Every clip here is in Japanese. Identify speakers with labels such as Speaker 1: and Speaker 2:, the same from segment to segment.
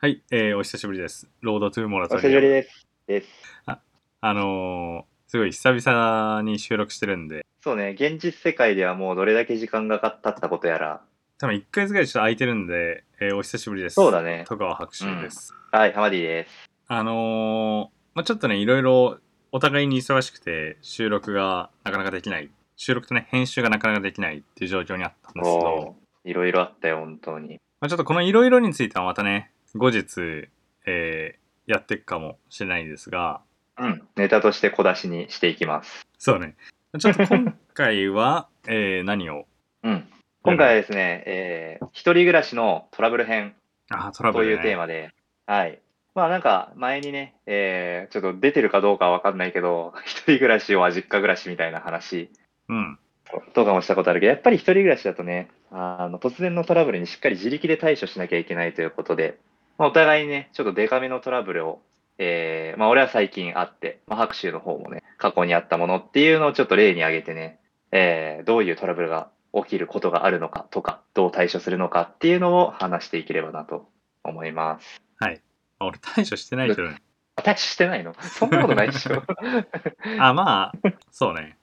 Speaker 1: はい、えーお久しぶりです。ロードトゥーモラ
Speaker 2: お
Speaker 1: ト
Speaker 2: 久しぶり
Speaker 1: リア。
Speaker 2: です。です。
Speaker 1: あのーすごい久々に収録してるんで、
Speaker 2: そうね、現実世界ではもうどれだけ時間がかかったことやら。
Speaker 1: 多分1ヶ月ぐらいちょっと空いてるんで、えーお久しぶりです。
Speaker 2: そうだね。
Speaker 1: 戸川博士です。
Speaker 2: はい、ハマディです。
Speaker 1: あのーまあ、ちょっとね、いろいろお互いに忙しくて、収録がなかなかできない。収録とね、編集がなかなかできないっていう状況にあったんですけど、
Speaker 2: おーいろいろあったよ、本当に。
Speaker 1: まあ、ちょっとこのいろいろについてはまたね、後日、えーやっていくかもしれないですが、
Speaker 2: うん。ネタとして小出しにしていきます。
Speaker 1: そうね。ちょっと今回は、 えー何を
Speaker 2: うん。今回はですね、えー、一人暮らしのトラブル編
Speaker 1: あートラブ
Speaker 2: と
Speaker 1: ル、
Speaker 2: い
Speaker 1: ね、
Speaker 2: うテーマで、はい。まあなんか前にね、えー、ちょっと出てるかどうかはわかんないけど、一人暮らしは実家暮らしみたいな話
Speaker 1: うん。
Speaker 2: とかもしたことあるけど、やっぱり一人暮らしだとね、あの突然のトラブルにしっかり自力で対処しなきゃいけないということで、まあ、お互いにね、ちょっとデカめのトラブルを、えーまあ、俺は最近あって、まあ、白州の方もね、過去にあったものっていうのをちょっと例に挙げてね、えーどういうトラブルが起きることがあるのかとか、どう対処するのかっていうのを話していければなと思います。
Speaker 1: あ俺対処してないけどね。
Speaker 2: あ対処してないのそんなことないでし ょ
Speaker 1: あ、 まあ、そうね。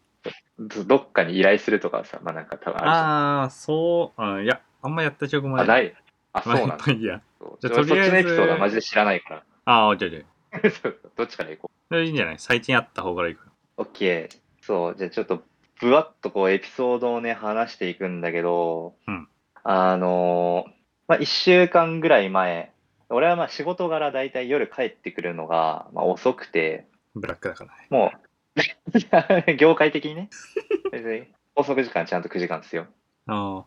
Speaker 2: どどっかに依頼するとかさ、まあなんか多分あ
Speaker 1: ああ、そう、うん、いや、あんまやった記憶も
Speaker 2: るじゃん。あ、
Speaker 1: な。
Speaker 2: ないい。あ、そう
Speaker 1: まあ
Speaker 2: なんだ。
Speaker 1: いいや。
Speaker 2: そう
Speaker 1: じゃあ
Speaker 2: 俺
Speaker 1: とりあえず
Speaker 2: そっちのエピソードはマジで知らないから。
Speaker 1: ああ、オッケーオッケ
Speaker 2: そうどっちから行こ
Speaker 1: ー。いいんじゃない最近あった方からいく。
Speaker 2: う。OK。そう、じゃあちょっと、ぶわっとこうエピソードをね、話していくんだけど、
Speaker 1: うん
Speaker 2: あのーまあ、1週間ぐらい前、俺はまあ仕事柄だいたい夜帰ってくるのが、まあ、遅くて、
Speaker 1: ブラックだからね。
Speaker 2: もう、い や業界的にね、別に、 拘束時間ちゃんと9時間ですよ。
Speaker 1: あ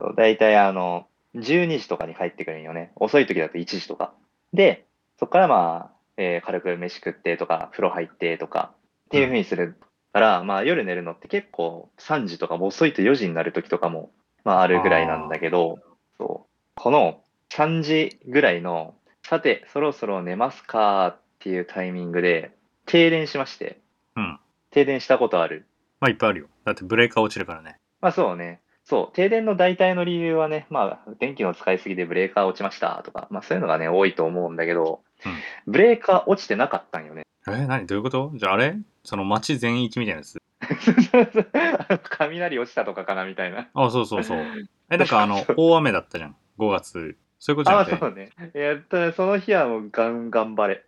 Speaker 2: そう大体あの、12時とかに帰ってくるんよね。遅い時だと1時とか。で、そこからまあ、えー軽く飯食ってとか、風呂入ってとか、っていう風にするから、まあ夜寝るのって結構3時とかもう遅いと4時になる時とかも、まああるぐらいなんだけど、そう。この3時ぐらいの、さて、そろそろ寝ますかっていうタイミングで、停電しまして。
Speaker 1: うん
Speaker 2: 停電したことある
Speaker 1: まあいっぱいあるよ。だってブレーカー落ちるからね。
Speaker 2: まあそうね。そう。停電の代替の理由はね、まあ、電気の使いすぎでブレーカー落ちましたとか、まあそういうのがね、多いと思うんだけど、ブレーカー落ちてなかったんよね。
Speaker 1: えー、何どういうことじゃああれその街全域みたいなやつ
Speaker 2: 雷落ちたとかかなみたいな。
Speaker 1: ああ、そうそうそう。え、なんかあ の、大雨だったじゃん。5月。そういうことじゃな
Speaker 2: ああ、
Speaker 1: くて
Speaker 2: そ。うね。やったね。その日はもうガン頑張れ。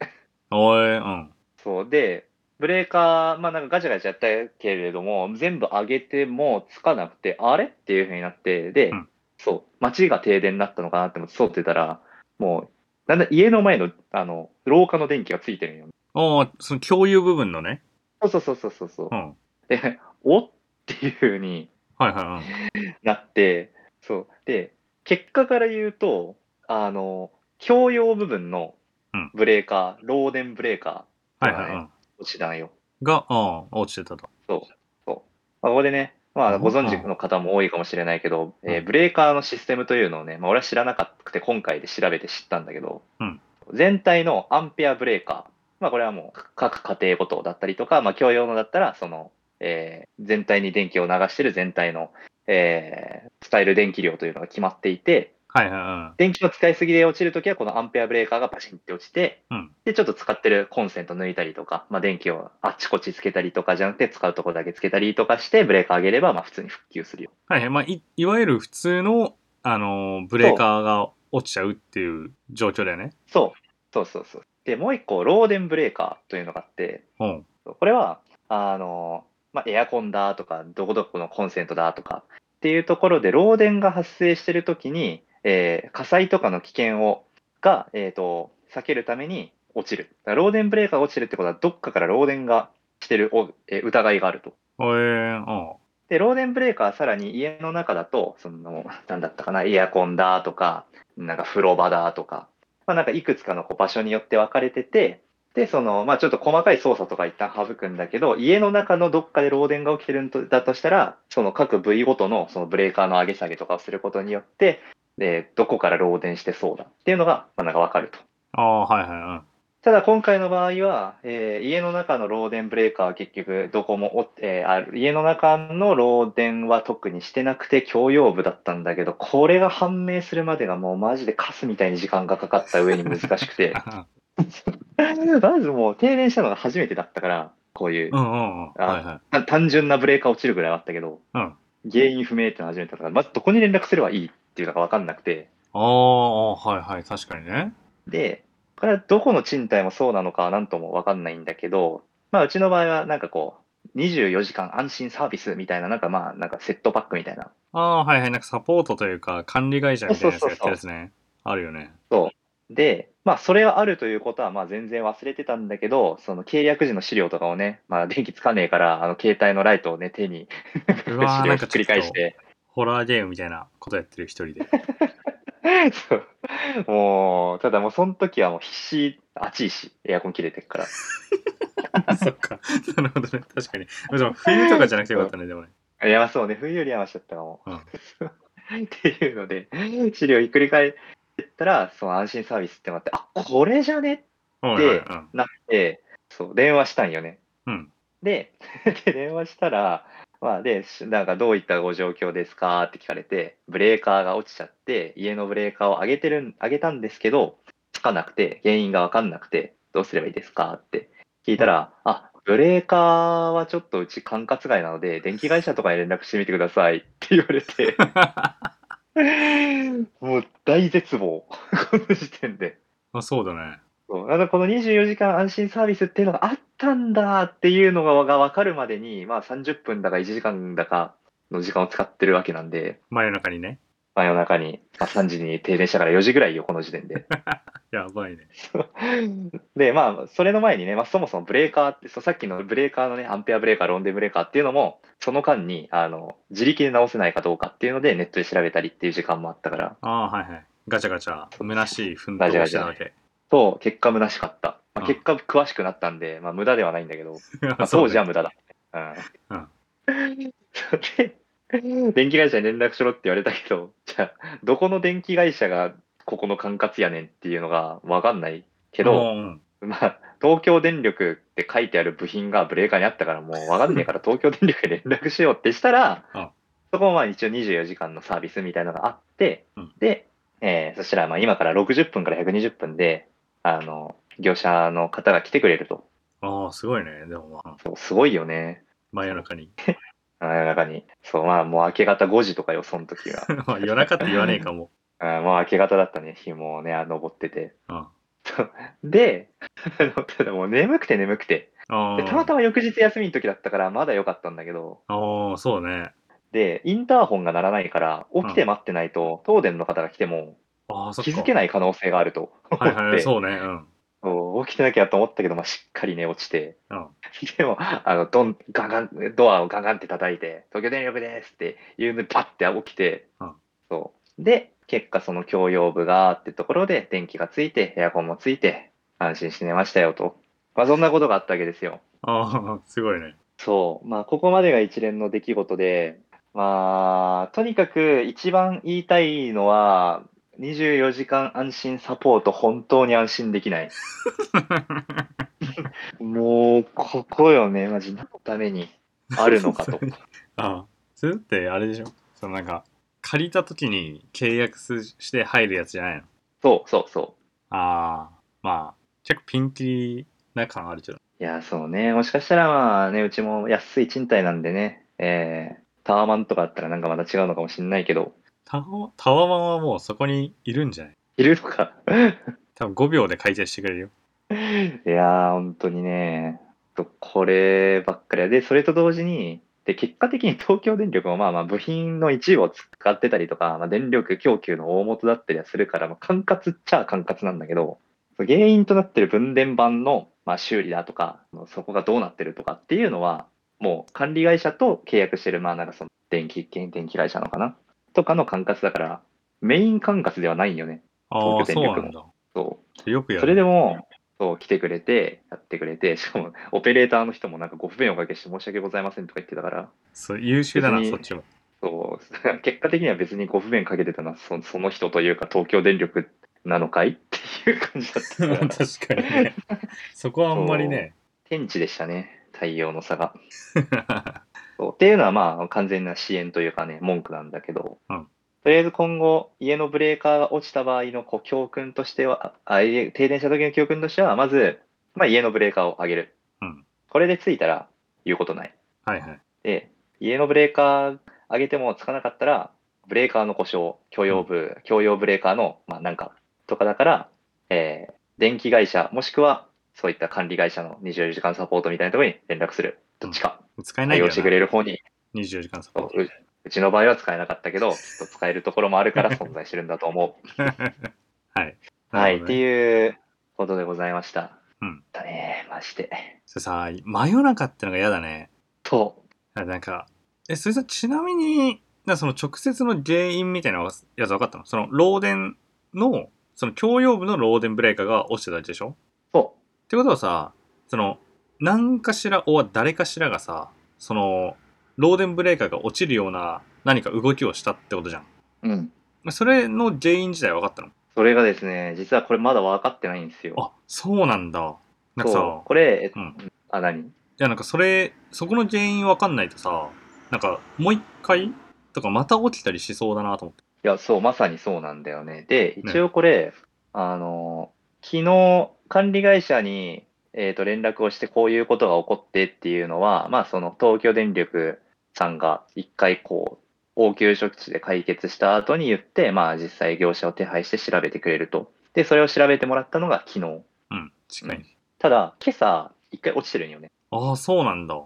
Speaker 1: おい、うん。
Speaker 2: そう。で、ブレーカー、まあなんかガチャガチャやったけれども、全部上げてもつかなくて、あれっていう風になって、で、
Speaker 1: うん
Speaker 2: そう、街が停電になったのかなって思って、そうってたら、もう、なんだ家の前の、あの、廊下の電気がついてるんよ。
Speaker 1: おーその共有部分のね。
Speaker 2: そうそうそうそうそう。
Speaker 1: う。
Speaker 2: うんで、 おっていう風に
Speaker 1: はいはい、うん。
Speaker 2: なって、そう。で、結果から言うと、あの、共用部分の
Speaker 1: うん
Speaker 2: ブレーカー、漏電ブレーカ
Speaker 1: はいはい、うん。
Speaker 2: ー、落ちたんよ。
Speaker 1: が、うん、落ちてたと。
Speaker 2: まあ、ここでね、ま
Speaker 1: う
Speaker 2: あ、
Speaker 1: ん
Speaker 2: ご存知の方も多いかもしれないけど、
Speaker 1: うん
Speaker 2: えーブレーカーのシステムというのをね、まあ、俺は知らなかったくて、今回で調べて知ったんだけど、
Speaker 1: うん
Speaker 2: 全体のアンペアブレーカー、まあ、これはもう各家庭ごとだったりとか、まあ、共用のだったら、その、えー全体に電気を流してる全体の、えー使える電気量というのが決まっていて、
Speaker 1: はいはい、うん。
Speaker 2: 電気の使いすぎで落ちるときは、このアンペアブレーカーがパシンって落ちて、
Speaker 1: うん
Speaker 2: で、ちょっと使ってるコンセント抜いたりとか、まあ、電気をあっちこっちつけたりとかじゃなくて、使うとこだけつけたりとかして、ブレーカー上げれば、まあ、普通に復旧するよ。
Speaker 1: はいはい、まあ、いいわゆる普通の、あのーブレーカーが落ちちゃうっていう状況だよね。
Speaker 2: そう。そうそうそう。で、もう一個、漏電ブレーカーというのがあって、
Speaker 1: うん。
Speaker 2: これは、あの、まあ、エアコンだとか、どこどこのコンセントだとかっていうところで、漏電が発生してるときに、えー火災とかの危険を、が、えっ、と、避けるために落ちる。だから漏電ブレーカーが落ちるってことは、どっかから漏電がしてるお、えー疑いがあると。
Speaker 1: えー、うん。
Speaker 2: で、漏電ブレーカーはさらに家の中だと、その、なんだったかな、エアコンだとか、なんか風呂場だとか、まあなんかいくつかのこう場所によって分かれてて、で、その、まあちょっと細かい操作とか一旦省くんだけど、家の中のどっかで漏電が起きてるんとだとしたら、その各部位ごとのそのブレーカーの上げ下げとかをすることによって、えーどこから漏電してそうだっていうのが、まあなんか分かると。
Speaker 1: ああ、はいはい、うん。
Speaker 2: ただ今回の場合は、えー家の中の漏電ブレーカーは結局どこもお、えーある家の中の漏電は特にしてなくて共用部だったんだけど、これが判明するまでがもうマジでカスみたいに時間がかかった上に難しくて、 まずもう停電したのが初めてだったから、こういう
Speaker 1: うんうんうん。はいはい。
Speaker 2: た単純なブレーカー落ちるぐらいはあったけど、
Speaker 1: うん
Speaker 2: 原因不明っていうのは初めてだから、まずどこに連絡すればいいっていうのが分かんなくて、
Speaker 1: ああ、はいはい。確かにね。
Speaker 2: で、これはどこの賃貸もそうなのかはなんともわかんないんだけど、まあうちの場合はなんかこう、24時間安心サービスみたいな、なんかまあ、なんかセットパックみたいな。
Speaker 1: ああ、はいはい。なんかサポートというか、管理会社みたいなやつがやってるやつね。あるよ ね。
Speaker 2: で、まあそれはあるということはまあ全然忘れてたんだけど、その契約時の資料とかをね、まあ電気つかねえから、あの携帯のライトをね、手に、
Speaker 1: う
Speaker 2: 資
Speaker 1: わー
Speaker 2: 料
Speaker 1: な
Speaker 2: を
Speaker 1: ん
Speaker 2: ひ
Speaker 1: か
Speaker 2: っくり
Speaker 1: ちょっ
Speaker 2: 返
Speaker 1: と
Speaker 2: して、
Speaker 1: ホラーゲームみたいなことやってる一人で。
Speaker 2: そうもう、ただもうその時はもう必死、暑いし、エアコン切れてるから。
Speaker 1: そっか。なるほどね。確かに。でも冬とかじゃなくてよかったね、でもね。
Speaker 2: いや、そうね、冬よりはましちゃったかも。
Speaker 1: うん
Speaker 2: っていうので、資料ひっくり返ったら、その安心サービスってのがあって、あこれじゃね
Speaker 1: はいはい
Speaker 2: で
Speaker 1: うん。
Speaker 2: なって、そう、電話したんよね。
Speaker 1: うん。
Speaker 2: で、 で電話したら、まあ、で、しなんかどういったご状況ですかって聞かれて、ブレーカーが落ちちゃって、家のブレーカーを上げてるん、上げたんですけど、つかなくて、原因がわかんなくて、どうすればいいですかって聞いたら、あ、ブレーカーはちょっとうち管轄外なので、電気会社とかに連絡してみてくださいって言わ れて、もう大絶望、この時点で。
Speaker 1: あそうだね。
Speaker 2: そうなんかこの24時間安心サービスっていうのがあったんだっていうのがが分かるまでに、まあ、30分だか1時間だかの時間を使ってるわけなんで、
Speaker 1: 真夜中にね。
Speaker 2: 真夜中に、まあ、3時に停電したから4時ぐらいよ、この時点で。
Speaker 1: やばいね。
Speaker 2: で、まあ、それの前にね、まあ、そもそもブレーカーって、そうさっきのブレーカーのね、アンペアブレーカー、ロンデブレーカーっていうのも、その間にあの自力で直せないかどうかっていうので、ネットで調べたりっていう時間もあったから、
Speaker 1: ああ、はいはい。ガチャガチャ、虚しい奮闘をしてたわけ。
Speaker 2: そう、結果虚しかった。ま
Speaker 1: う
Speaker 2: あ、
Speaker 1: ん
Speaker 2: 結果詳しくなったんで、まあ、無駄ではないんだけど。 まあ、
Speaker 1: そ
Speaker 2: 当
Speaker 1: う
Speaker 2: 時は
Speaker 1: ね
Speaker 2: 無駄だ。うん。で、電気会社に連絡しろって言われたけど、じゃあ、どこの電気会社がここの管轄やねんっていうのがわかんないけど、
Speaker 1: うんうん
Speaker 2: まあ、東京電力って書いてある部品がブレーカーにあったからもうわかんねえから東京電力に連絡しようってしたら、
Speaker 1: うん
Speaker 2: そこもまあ一応24時間のサービスみたいなのがあって、
Speaker 1: うん
Speaker 2: で、えーそしたらまあ今から60分から120分で、あの、業者の方が来てくれると。
Speaker 1: ああ、すごいね。でもまあ、
Speaker 2: そうすごいよね。
Speaker 1: 真夜中に。
Speaker 2: 真夜中に。そう、まあもう明け方5時とかよ、その時 は。
Speaker 1: まあ夜中って言わねえかも。
Speaker 2: うん、もう明け方だったね、日もね、あ登ってて。
Speaker 1: うん。あ
Speaker 2: で、あのただもう眠くて眠くて。
Speaker 1: あ
Speaker 2: でたまたま翌日休みの時だったから、まだ良かったんだけど、
Speaker 1: ああ、そうね。
Speaker 2: で、インターホンが鳴らないから、起きて待ってないと、東電の方が来ても
Speaker 1: ああ、そっか。
Speaker 2: 気づけない可能性があると思
Speaker 1: は
Speaker 2: っ
Speaker 1: いはいはい、
Speaker 2: て、
Speaker 1: そうね。うん。
Speaker 2: そう起きてなきゃと思ったけど、まあ、しっかりね、落ちて。
Speaker 1: うん
Speaker 2: でも、あの、ドン、ガンガン、ドアをガンガンって叩いて、東京電力ですって言うのにパッて起きて、
Speaker 1: うん
Speaker 2: そう。で、結果その共用部がってところで、電気がついて、エアコンもついて、安心して寝ましたよと。まあ、そんなことがあったわけですよ。
Speaker 1: ああ、すごいね。
Speaker 2: そう。まあ、ここまでが一連の出来事で、まあ、とにかく一番言いたいのは、24時間安心サポート、本当に安心できない。もう、ここよね、マジ、何のためにあるのかと。
Speaker 1: ああ。それってあれでしょそのなんか、借りた時に契約すして入るやつじゃないの
Speaker 2: そうそうそ
Speaker 1: ああ、まあ、結構ピンキリな感あるけど。
Speaker 2: う。いや、そうね、もしかしたらまあね、うちも安い賃貸なんでね、えー、タワマンとかだったらなんかまた違うのかもしれないけど、
Speaker 1: タワタワマンはもうそこにいるんじゃない
Speaker 2: いるのか。
Speaker 1: 多分5秒で解決してくれるよ。
Speaker 2: いやー、本当にね、こればっかりやで、それと同時に、で結果的に東京電力もまあまあ部品の一部を使ってたりとか、まあ、電力供給の大元だったりはするから、まあ、管轄っちゃ管轄なんだけど、その原因となってる分電盤の、まあ、修理だとか、そこがどうなってるとかっていうのは、もう管理会社と契約してる、まあなんかその電気、電気会社なのかなとかの管轄だから、メイン管轄ではないんよね。
Speaker 1: ああ、
Speaker 2: 東
Speaker 1: そ
Speaker 2: 京
Speaker 1: う
Speaker 2: 電力
Speaker 1: なんだ。
Speaker 2: そう。
Speaker 1: よくやる。
Speaker 2: それでも、そう、来てくれて、やってくれて、しかも、オペレーターの人もなんかご不便をおかけして申し訳ございませんとか言ってたから、
Speaker 1: そう優秀だな、
Speaker 2: 別
Speaker 1: そ
Speaker 2: に
Speaker 1: っちも。
Speaker 2: そう、結果的には別にご不便かけてたのはそ、その人というか、東京電力なのかいっっていう感じだった か ら
Speaker 1: 確かに ね。そこはあんまりね。
Speaker 2: 天地でしたね対応の差が そうっていうのはまあ完全な支援というかね文句なんだけど、
Speaker 1: うん
Speaker 2: とりあえず今後家のブレーカーが落ちた場合のこう教訓としてはあ家停電した時の教訓としてはまず、まあ、家のブレーカーを上げる、
Speaker 1: うん
Speaker 2: これでついたら言うことない
Speaker 1: はいはい。
Speaker 2: で家のブレーカー上げてもつかなかったらブレーカーの故障共用部、共用ブレーカーのまあなんかとかだから、えー電気会社もしくはそういった管理会社の24時間サポートみたいなところに連絡するどっちか
Speaker 1: 使えない
Speaker 2: 対
Speaker 1: よ
Speaker 2: 応してく
Speaker 1: な。
Speaker 2: れる方に
Speaker 1: 24時間サポ
Speaker 2: そ
Speaker 1: ー
Speaker 2: うううちの場合は使えなかったけ ど、きっと使えるところもあるから存在してるんだと思う。
Speaker 1: ト。はい。
Speaker 2: はい、っ
Speaker 1: なるほど
Speaker 2: て
Speaker 1: ね
Speaker 2: いうことでございました。
Speaker 1: うん
Speaker 2: だね、マジで。
Speaker 1: それさ、真夜中ってのが嫌だね。
Speaker 2: と、
Speaker 1: なんか、え、それさ、ちなみに、なんかその直接の原因みたいなやつ分かったのその漏電の、その共用部の漏電ブレーカーが落ちてたやつでしょ
Speaker 2: そ
Speaker 1: ってことはさその何かしらお誰かしらがさその漏電ブレーカーが落ちるような何か動きをしたってことじゃん
Speaker 2: う。うん。
Speaker 1: まあそれの原因自体分かったの
Speaker 2: それがですね、実はこれまだ分かってないんですよ。
Speaker 1: あそうなんだなんか
Speaker 2: そ
Speaker 1: さ
Speaker 2: う。これ、えっと
Speaker 1: うん
Speaker 2: あ、何
Speaker 1: いやなんかそれそこの原因分かんないとさなんかもう一回とかまた起きたりしそうだなと思って
Speaker 2: いや、そう、まさにそうなんだよね。で、一応これ、あの、昨日、管理会社に、えー、と連絡をして、こういうことが起こってっていうのは、まあ、その東京電力さんが一回、こう、応急処置で解決した後に言って、まあ、実際業者を手配して調べてくれると。で、それを調べてもらったのが昨日。
Speaker 1: うん近い、
Speaker 2: うんただ、今朝、一回落ちてるんよね。
Speaker 1: ああそうなんだ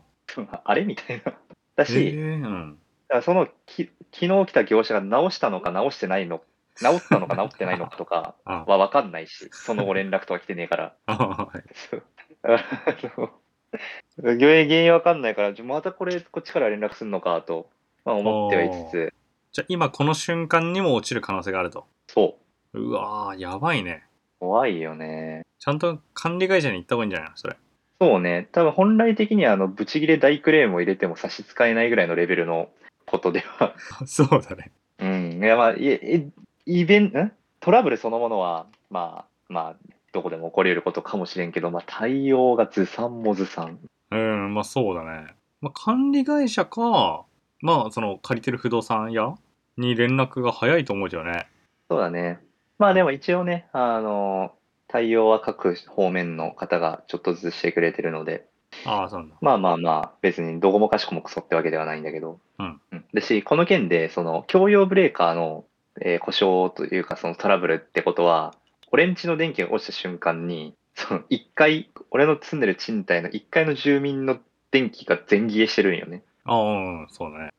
Speaker 2: あれみたいな。だ
Speaker 1: へ
Speaker 2: し、
Speaker 1: えうん
Speaker 2: だからそのき昨日来た業者が直したのか直してないの直った のか直ってないのかとか
Speaker 1: あ
Speaker 2: は分かんないし、その後連絡とか来てねえから。
Speaker 1: あはい
Speaker 2: そうだからあの 原因原因分かんないから、じゃまたこれこっちから連絡するのかと、まあ、思ってはいつつ、
Speaker 1: じゃあ今この瞬間にも落ちる可能性があると
Speaker 2: そう
Speaker 1: わーやばいね
Speaker 2: う、怖いよね。
Speaker 1: ちゃんと管理会社に行った方がいいんじゃないのそれ。
Speaker 2: そうね、多分本来的にはあのブチギレ大クレームを入れても差し支えないぐらいのレベルのことでは
Speaker 1: そうだね。
Speaker 2: うん、いやまあ、いえ、イベント、んトラブルそのものは、まあ、まあ、どこでも起こり得ることかもしれんけど、まあ、対応がずさんもずさん。
Speaker 1: うん、まあそうだね。まあ管理会社か、まあその借りてる不動産屋に連絡が早いと思うけどね。
Speaker 2: そうだね。まあでも一応ね、あの、対応は各方面の方がちょっとずつしてくれてるので、
Speaker 1: ああ、そうなんだ。
Speaker 2: まあまあまあ、別にどこもかしこもクソってわけではないんだけど。
Speaker 1: うん。
Speaker 2: だし、この件で、その、共用ブレーカーの、えー故障というか、そのトラブルってことは、俺んちの電気が落ちた瞬間に、その、一階、俺の住んでる賃貸の1階の住民の電気が全消えしてるんよね。
Speaker 1: ああ、うん、そうだね。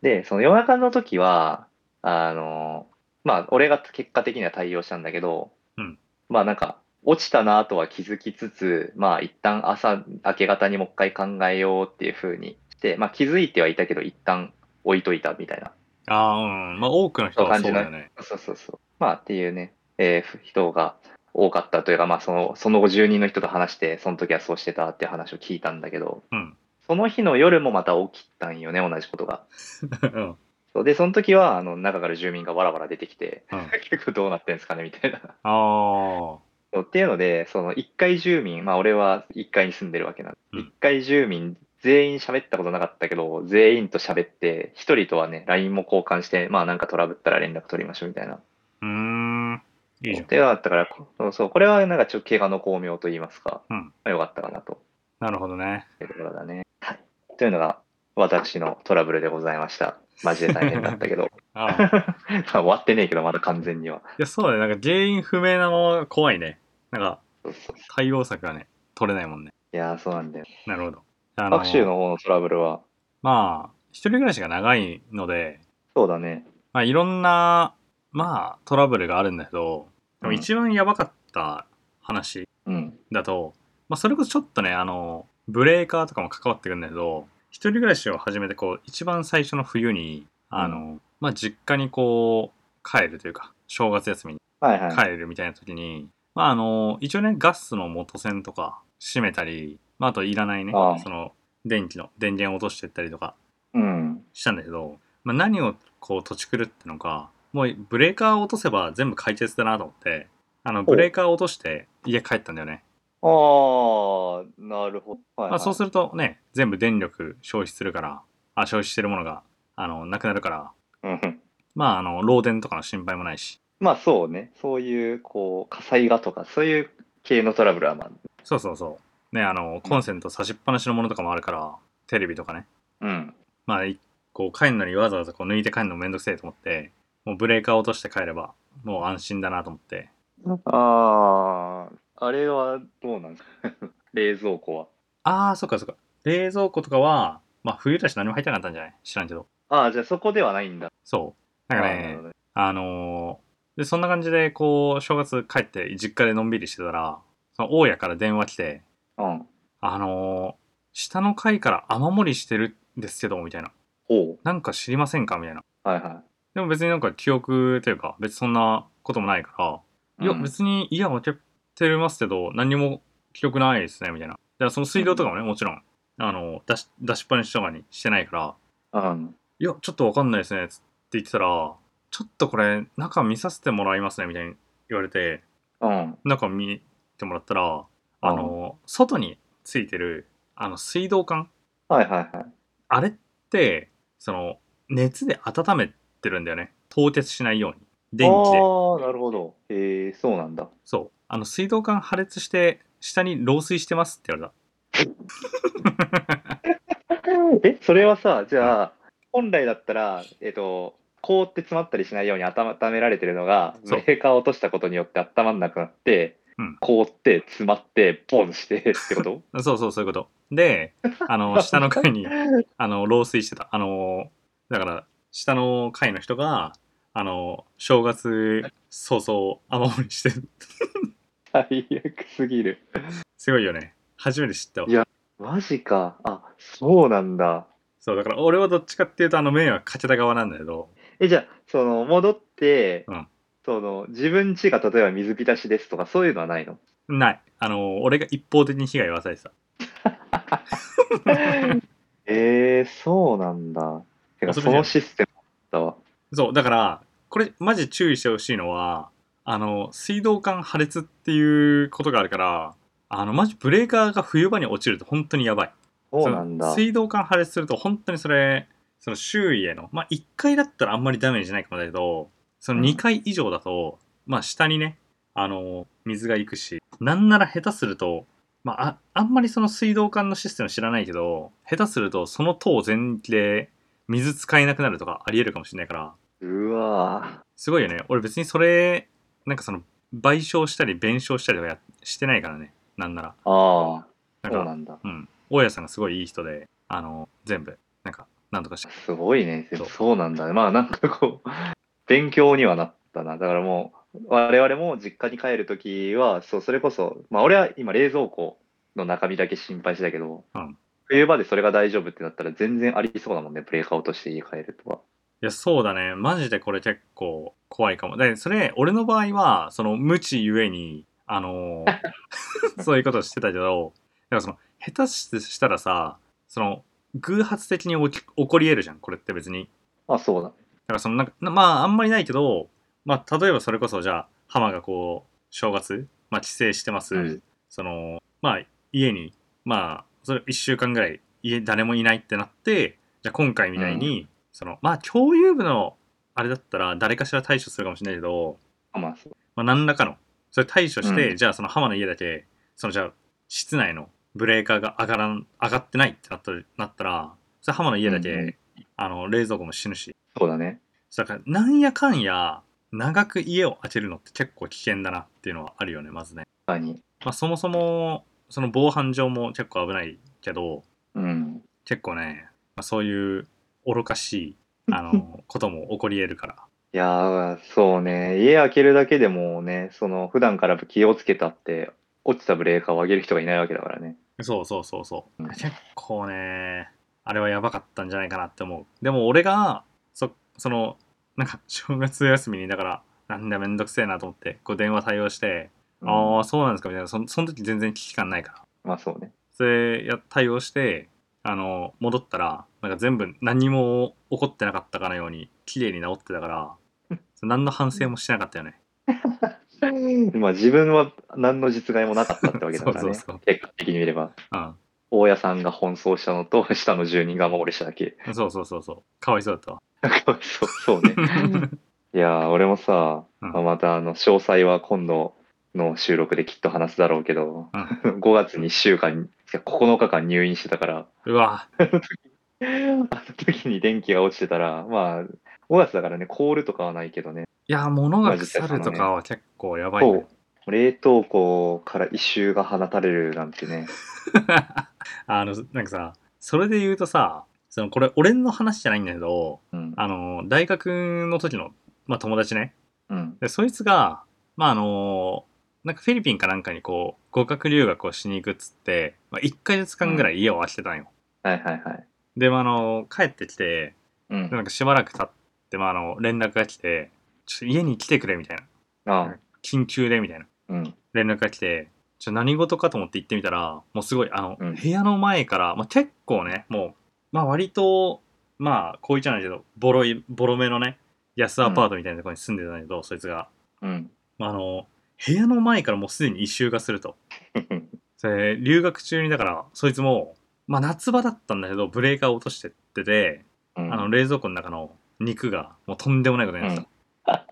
Speaker 2: で、その夜中の時は、あの、まあ、俺が結果的には対応したんだけど、
Speaker 1: うん
Speaker 2: まあなんか、落ちたなとは気づきつつ、まあ一旦朝、明け方にもう一回考えようっていう風にして、まあ気づいてはいたけど、一旦置いといたみたいな。
Speaker 1: ああ、うん。まあ多くの人はそうだよね。
Speaker 2: そうそうそう。まあっていうね、えー人が多かったというか、まあその、その後住人の人と話して、その時はそうしてたっていう話を聞いたんだけど、
Speaker 1: うん。
Speaker 2: その日の夜もまた起きたんよね、同じことが。
Speaker 1: うん。
Speaker 2: そうで、その時は、あの、中から住民がわらわら出てきて、
Speaker 1: うん
Speaker 2: 結局どうなってんですかね、みたいな。
Speaker 1: ああ、
Speaker 2: そうっていうので、その1階住民、まあ俺は1階に住んでるわけなんで、
Speaker 1: うん
Speaker 2: 1階住民全員喋ったことなかったけど、全員と喋って、1人とはね、LINE も交換して、まあなんかトラブったら連絡取りましょうみたいな。
Speaker 1: うーん。いいじゃん。
Speaker 2: ではあったから、こそうそう、これはなんかちょっと怪我の巧妙と言いますか、
Speaker 1: うん
Speaker 2: まあ、よかったかなと
Speaker 1: なるほどね。
Speaker 2: いうところだね。はい。というのが、私のトラブルでございました。マジで大変だった けど、
Speaker 1: ああ。い
Speaker 2: まあ終わってねえけど、まだ完全には。
Speaker 1: や、そうだね。なんか原因不明なまま怖いね。なんか
Speaker 2: そうそう
Speaker 1: 対応策がね、取れないもんね。
Speaker 2: いやー、そうなんだよ。
Speaker 1: なるほど。あ
Speaker 2: 学習の方のトラブルは、
Speaker 1: まあ、一人暮らしが長いので、
Speaker 2: そうだね。
Speaker 1: まあ、いろんな、まあ、トラブルがあるんだけど、でも
Speaker 2: うん
Speaker 1: 一番やばかった話
Speaker 2: うん。
Speaker 1: だと、まあ、それこそちょっとね、あの、ブレーカーとかも関わってくるんだけど、一人暮らしを始めて、こう、一番最初の冬に、あの、
Speaker 2: う
Speaker 1: まあ、実家にこう、帰るというか、正月休みに
Speaker 2: はいはい。
Speaker 1: 帰るみたいな時に、まあ、あの、一応ね、ガスの元栓とか閉めたり、まあ、あといらないね
Speaker 2: ああ、
Speaker 1: その、電気の、電源を落としていったりとか、
Speaker 2: うん。
Speaker 1: したんだけど、まあ、何をこう土地狂ったのかもうブレーカーを落とせば全部解決だなと思ってああの、ブレーカーを落として家帰ったんだよね。
Speaker 2: ああ、なるほど。はいはい
Speaker 1: まあ、そうするとね、全部電力消費するから、あ消費してるものが、あの、なくなるから、
Speaker 2: うんうん
Speaker 1: まあ、あの、漏電とかの心配もないし。
Speaker 2: まあそうね、そういう、こう、火災がとか、そういう系のトラブルはまあ、
Speaker 1: そうそうそう。ね、あの、コンセント差しっぱなしのものとかもあるから、テレビとかね。
Speaker 2: うん。
Speaker 1: まあ、いこう、帰るのにわざわざこう抜いて帰るのめんどくせえと思って、もうブレーカーを落として帰れば、もう安心だなと思って。
Speaker 2: ああ、あれはどうなんですか 冷蔵庫は。
Speaker 1: ああ、そっかそっか。冷蔵庫とかは、まあ、冬だし何も入ってなかったんじゃない知らんけど。
Speaker 2: ああ、じゃあそこではないんだ。
Speaker 1: そう。なんか
Speaker 2: あーなる
Speaker 1: ね
Speaker 2: ほ、ど
Speaker 1: あのーで、そんな感じで、こう、正月帰って実家でのんびりしてたら、その大家から電話来て、
Speaker 2: うん。
Speaker 1: あのー下の階から雨漏りしてるんですけど、みたいな。
Speaker 2: ほ
Speaker 1: なんか知りませんかみたいな。
Speaker 2: う。はいは
Speaker 1: でも別になんか記憶というか、別にそんなこともないか
Speaker 2: い。
Speaker 1: ら、いや、
Speaker 2: うん
Speaker 1: 別に家は開けてますけど、何にも記憶ないですね、みたいな。で、その水道とかもね、もちろん、あの出し、出しっぱなしとかにしてないから、
Speaker 2: うん。
Speaker 1: いや、ちょっとわかんないですね、つって言ってたら、ちょっとこれ、中見させてもらいますね、みたいに言われて、
Speaker 2: うん。
Speaker 1: 中見てもらったら、あの、外についてる、あの、水道管
Speaker 2: はいはいはい。
Speaker 1: あれって、その、熱で温めてるんだよね。凍結しないように。電気で。
Speaker 2: ああ、なるほど。へえ、そうなんだ。
Speaker 1: そう。あの、水道管破裂して、下に漏水してますって言われた。
Speaker 2: え、それはさ、じゃあ、本来だったら、えっと、凍って詰まったりしないように温められてるのが、ブ
Speaker 1: そう
Speaker 2: レーカーを落としたことによって温まんなくなって、
Speaker 1: うん
Speaker 2: 凍って、詰まって、ボン してってこと
Speaker 1: そうそう、そういうこと。で、あの、下の階に、あの、漏水してた。あの、だから、下の階の人が、あの、正月早々、雨漏りしてる。
Speaker 2: 最悪すぎる。
Speaker 1: すごいよね。初めて知ったわ
Speaker 2: い。やマジか。あ、そうなんだ。
Speaker 1: そう、だから俺はどっちかっていうと、あの、迷惑かけた側なんだけど、
Speaker 2: え、じゃあ、その、戻って、
Speaker 1: うん
Speaker 2: その、自分家が例えば水浸しですとか、そういうのはな いの
Speaker 1: ない。あの、俺が一方的に被害を与えてた。
Speaker 2: えー、そうなんだ。てか、
Speaker 1: 遊び
Speaker 2: そ
Speaker 1: じゃん
Speaker 2: のシステムだわ。
Speaker 1: そう、だから、これ、マジ注意してほしいのは、あの、水道管破裂っていうことがあるから、あの、マジブレーカーが冬場に落ちると本当にやばい。
Speaker 2: そうなん
Speaker 1: そ
Speaker 2: だ
Speaker 1: の。水道管破裂すると本当にそれ、その周囲への、まあ、1回だったらあんまりダメージないかもだけど、その2回以上だと、まあ、下にね、あの、水が行くし、なんなら下手すると、まあ、あ、あんまりその水道管のシステム知らないけど、下手するとその塔全域で水使えなくなるとかあり得るかもしれないから、
Speaker 2: うわ
Speaker 1: すごいよね。俺別にそれ、なんかその、賠償したり弁償したりとかやしてないからね。なんなら。
Speaker 2: ぁ。ああ、
Speaker 1: なん
Speaker 2: そ
Speaker 1: か、
Speaker 2: うなんだ。
Speaker 1: うん。大家さんがすごいいい人で、あの、全部、なんか、なんとかして。
Speaker 2: すごいね。で
Speaker 1: そ
Speaker 2: も
Speaker 1: う
Speaker 2: そうなんだ。まあ、なんかこう、 勉強にはなったな。だからもう、我々も実家に帰るときは、そう、それこそ、まあ、俺は今、冷蔵庫の中身だけ心配してたけど、
Speaker 1: うん
Speaker 2: 冬場でそれが大丈夫ってなったら、全然ありそうだもんね。ブレーカー落として家帰るとは。
Speaker 1: いや、そうだね。マジでこれ結構怖いかも。で、それ、俺の場合は、その、無知ゆえに、あのーそういうことをしてたけど、だからその、下手してしたらさ、その、偶発的に起き起こり得るじゃん。これって別に。
Speaker 2: まあ、そうだ。
Speaker 1: だからそのなんかなまああんまりないけど、まあ、例えばそれこそじゃあハマがこう正月、まあ、帰省してます、
Speaker 2: うん
Speaker 1: そのまあ家にまあそれ1週間ぐらい家誰もいないってなってじゃあ今回みたいに、そのまあ共有部のあれだったら誰かしら対処するかもしれないけど、
Speaker 2: まあ、そう。
Speaker 1: まあ、何らかのそれ対処して、
Speaker 2: うん
Speaker 1: じゃあそのハマの家だけそのじゃあ室内のブレーカーが上がらん上がってないってなったなったらそれハマの家だけ、
Speaker 2: うんうん
Speaker 1: あの冷蔵庫も死ぬし
Speaker 2: そうだね。
Speaker 1: だからなんやかんや長く家を開けるのって結構危険だなっていうのはあるよねまずね、
Speaker 2: 他に。
Speaker 1: まあ、そもそもその防犯上も結構危ないけど
Speaker 2: うん。
Speaker 1: 結構ね、まあ、そういう愚かしいあ のことも起こり得るから
Speaker 2: いやー、そうね。家開けるだけでもね、その、普段から気をつけたって、落ちたブレーカーを上げる人がいないわけだからね。
Speaker 1: そうそうそうそう、
Speaker 2: うん
Speaker 1: 結構ねあれはやばかったんじゃないかなって思うでも俺がそそのなんか正月休みにだからなんだめんどくせえなと思ってこう電話対応して、
Speaker 2: うん
Speaker 1: ああそうなんですかみたいなそその時全然危機感ないから
Speaker 2: まあ、そうね。
Speaker 1: それや対応してあの戻ったらなんか全部何も起こってなかったかのように綺麗に治ってたから何の反省もしてなかったよね
Speaker 2: まあ自分は何の実害もなかったってわけだから ね。
Speaker 1: そうそうそう
Speaker 2: 結果的に見れば。
Speaker 1: うん。
Speaker 2: 大家さんが奔走したのと、下の住人が守りしただけ。
Speaker 1: そうそうそうそう。かわいそうだったわ。
Speaker 2: そうそ うね。いやー、俺もさ、
Speaker 1: うん
Speaker 2: まあまたあの、詳細は今度の収録できっと話すだろうけど、
Speaker 1: う
Speaker 2: 5月に1週間、いや9日間入院してたから、
Speaker 1: うわ、
Speaker 2: あの時に電気が落ちてたら、まあ、5月だからね、凍るとかはないけどね、
Speaker 1: いや、物が腐るとかは結構やばい、
Speaker 2: そ
Speaker 1: ね
Speaker 2: う。冷凍庫から異臭が放たれるなんてね。
Speaker 1: あの、なんかさ、それで言うとさ、そのこれ俺の話じゃないんだけど、
Speaker 2: うん。
Speaker 1: あの、大学の時の、まあ、友達ね。
Speaker 2: うん。
Speaker 1: で、そいつが、まあ、あの、なんかフィリピンかなんかにこう、語学留学をしに行くっつって、まあ、1ヶ月間ぐらい家を空けてたんよ。
Speaker 2: はいはいはい。
Speaker 1: で、まあ、あの、帰ってきて、
Speaker 2: うん
Speaker 1: で。なんかしばらく経って、まあ、あの、連絡が来て、ちょっと家に来てくれみたいな。
Speaker 2: あ
Speaker 1: 緊急でみたいな。
Speaker 2: うん。
Speaker 1: 連絡が来て、ちょ何事かと思って行ってみたら、もうすごい、あの、
Speaker 2: うん
Speaker 1: 部屋の前から、まあ、結構ね、もう、まあ割と、まあ、こう言っちゃないけど、ボロい、ボロめのね、安アパートみたいなところに住んでたんだけど、そいつが。
Speaker 2: うん。
Speaker 1: まああの、部屋の前からもうすでに異臭がすると。それ、留学中にだから、そいつも、まあ夏場だったんだけど、ブレーカーを落としてってて、
Speaker 2: うん
Speaker 1: あの、冷蔵庫の中の肉が、もうとんでもないことになってた。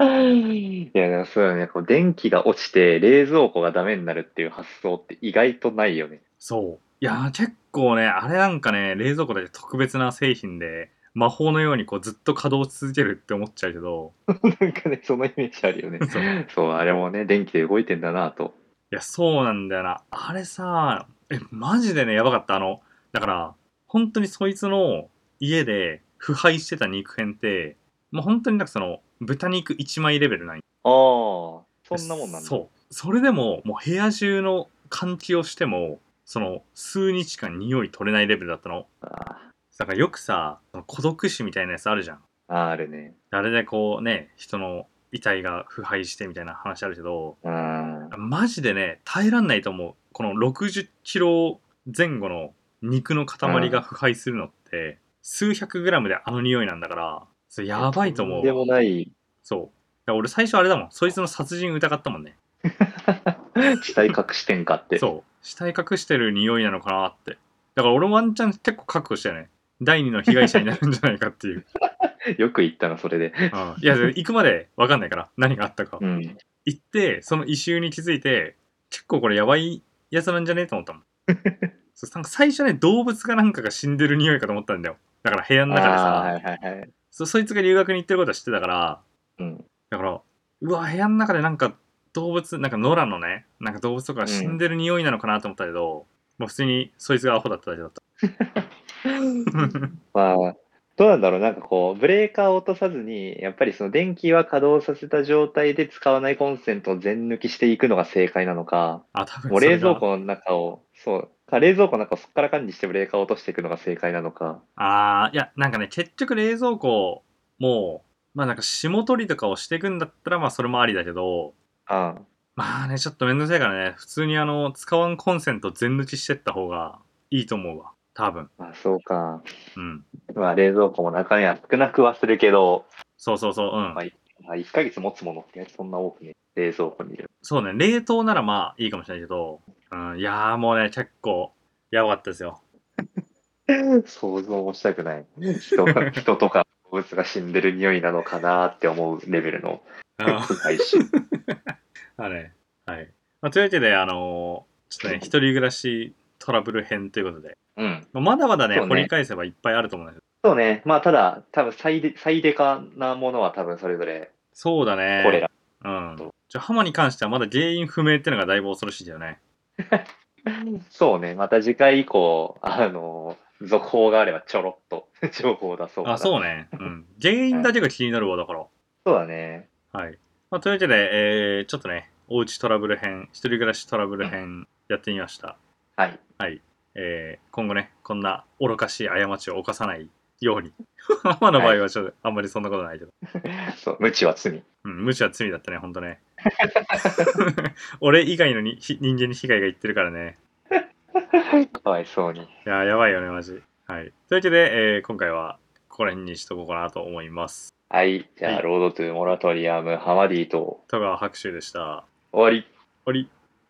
Speaker 2: いや、でもそうだね。こう電気が落ちて冷蔵庫がダメになるっていう発想って意外とないよね。
Speaker 1: そう。いやー結構ね、あれなんかね、冷蔵庫だけ特別な製品で、魔法のようにこうずっと稼働を続けるって思っちゃうけど、
Speaker 2: なんかね、そのイメージあるよね。
Speaker 1: そう。い
Speaker 2: そう、あれもね、電気で動いてんだなと。
Speaker 1: や、そうなんだよな。あれさ、え、マジでね、やばかった。あの、だから、本当にそいつの家で腐敗してた肉片って、もう本当になんかその、豚肉1枚レベルない。
Speaker 2: ああ、そんなもんなんだ。
Speaker 1: そう。それでも、もう部屋中の換気をしても、その、数日間匂い取れないレベルだったの。
Speaker 2: あ
Speaker 1: だからよくさ、その孤独死みたいなやつあるじゃん。
Speaker 2: ーあるね。
Speaker 1: あれでこうね、人の遺体が腐敗してみたいな話あるけど、
Speaker 2: うん。
Speaker 1: マジでね、耐えらんないと思う。この60キロ前後の肉の塊が腐敗するのって、数百グラムであの匂いなんだから、それやばいと思
Speaker 2: とん
Speaker 1: う
Speaker 2: でも
Speaker 1: わ。
Speaker 2: ない。
Speaker 1: そう。だから俺最初あれだもん。そいつの殺人疑ったもんね。
Speaker 2: 死体隠してんかって。
Speaker 1: そう。死体隠してる匂いなのかなって。だから俺もワンチャン結構覚悟してね。第二の被害者になるんじゃないかっていう。
Speaker 2: よく言ったな、それで。
Speaker 1: うん、いや、で行くまで分かんないから、何があったか
Speaker 2: う。ん。
Speaker 1: 行って、その異臭に気づいて、結構これやばいやつなんじゃねえと思 ったもん。そうなんか最初ね、動物がなんかが死んでる匂いかと思ったんだよ。だから部屋の中で
Speaker 2: ああー、
Speaker 1: さ、
Speaker 2: はいはいはい。
Speaker 1: そそいつが留学に行ってることは知ってたから、
Speaker 2: うん。
Speaker 1: だから、うわ、部屋の中でなんか動物、なんか野良のね、なんか動物とかが死んでる匂いなのかなと思ったけど、もう普通にそいつがアホだっただけだ った。
Speaker 2: まあ、どうなんだろう、なんかこう、ブレーカーを落とさずに、やっぱりその電気は稼働させた状態で使わないコンセントを全抜きしていくのが正解なのか、
Speaker 1: あ、多分
Speaker 2: もう
Speaker 1: それ
Speaker 2: 冷
Speaker 1: が
Speaker 2: 蔵庫の中を、そう、か冷蔵庫の中をそこから管理してブレーカーを落としていくのが正解なのか、
Speaker 1: ああ、いや、なんかね、結局冷蔵庫も、まあなんか霜取りとかをしていくんだったら、まあそれもありだけど、
Speaker 2: ああ、
Speaker 1: まあね、ちょっとめんどくさいからね、普通にあの、使わんコンセント全抜きしてった方がいいと思うわ。多分。
Speaker 2: まあそうか。
Speaker 1: うん。
Speaker 2: まあ冷蔵庫も中身は少なくはするけど、
Speaker 1: そうそうそう、うん
Speaker 2: は。いまあ、1ヶ月持つものってそんな多くね、冷蔵庫にいる。
Speaker 1: そうね、冷凍ならまあいいかもしれないけど、うん、いやーもうね、結構、やばかったですよ。
Speaker 2: 想像もしたくない。人が人とか 動物が死んでる匂いなのかなって思うレベルの
Speaker 1: うん。
Speaker 2: 配信。
Speaker 1: あれ。はい。まあ、というわけで、あのーちょっとね、一人暮らしトラブル編ということで、
Speaker 2: うん。
Speaker 1: まあまだまだね、
Speaker 2: そうね
Speaker 1: 掘り返せばいっぱいあると思うんだけど、
Speaker 2: そうね。まあ、ただ、多分最で、最デカなものは多分それぞれ、
Speaker 1: そうだね。
Speaker 2: これら。
Speaker 1: うん。じゃあ、ハマに関してはまだ原因不明ってのがだいぶ恐ろしいだよね。
Speaker 2: そうね。また次回以降、あのー続報があればちょろっと 情報を出そうかな。
Speaker 1: あ、そうね。うん。原因だけが気になるわ、だから。
Speaker 2: そうだね。
Speaker 1: はい。まあ、というわけで、えー、ちょっとね、おうちトラブル編、一人暮らしトラブル編やってみました。
Speaker 2: はい。
Speaker 1: えー、今後ね、こんな愚かしい過ちを犯さないように。 ハマの場合はちょっとあんまりそんなことないけど。
Speaker 2: そう、無知は罪。
Speaker 1: うん、無視は罪だったね、ほんとね。 俺以外のにひ人間に被害がいってるからね。
Speaker 2: かわいそうに。
Speaker 1: いやー、やばいよね、マジ。はい。というわけで、えー今回はここら辺にしとこうかなと思います。
Speaker 2: はい。じゃ
Speaker 1: は
Speaker 2: あ、
Speaker 1: い
Speaker 2: ロードトゥーモラトリアム、ハマディと
Speaker 1: 田川白秋でした。
Speaker 2: 終わり。
Speaker 1: あり